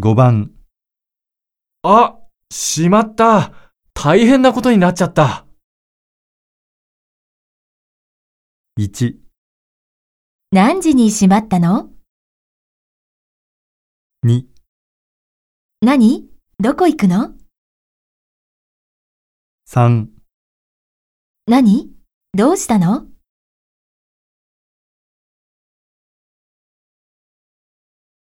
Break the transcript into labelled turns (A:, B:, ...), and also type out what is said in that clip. A: 5番、
B: あ、しまった。大変なことになっちゃった。
A: 1、
C: 何時に閉まったの
A: 2、
C: 何どこ行くの
A: 3
C: 何どうしたの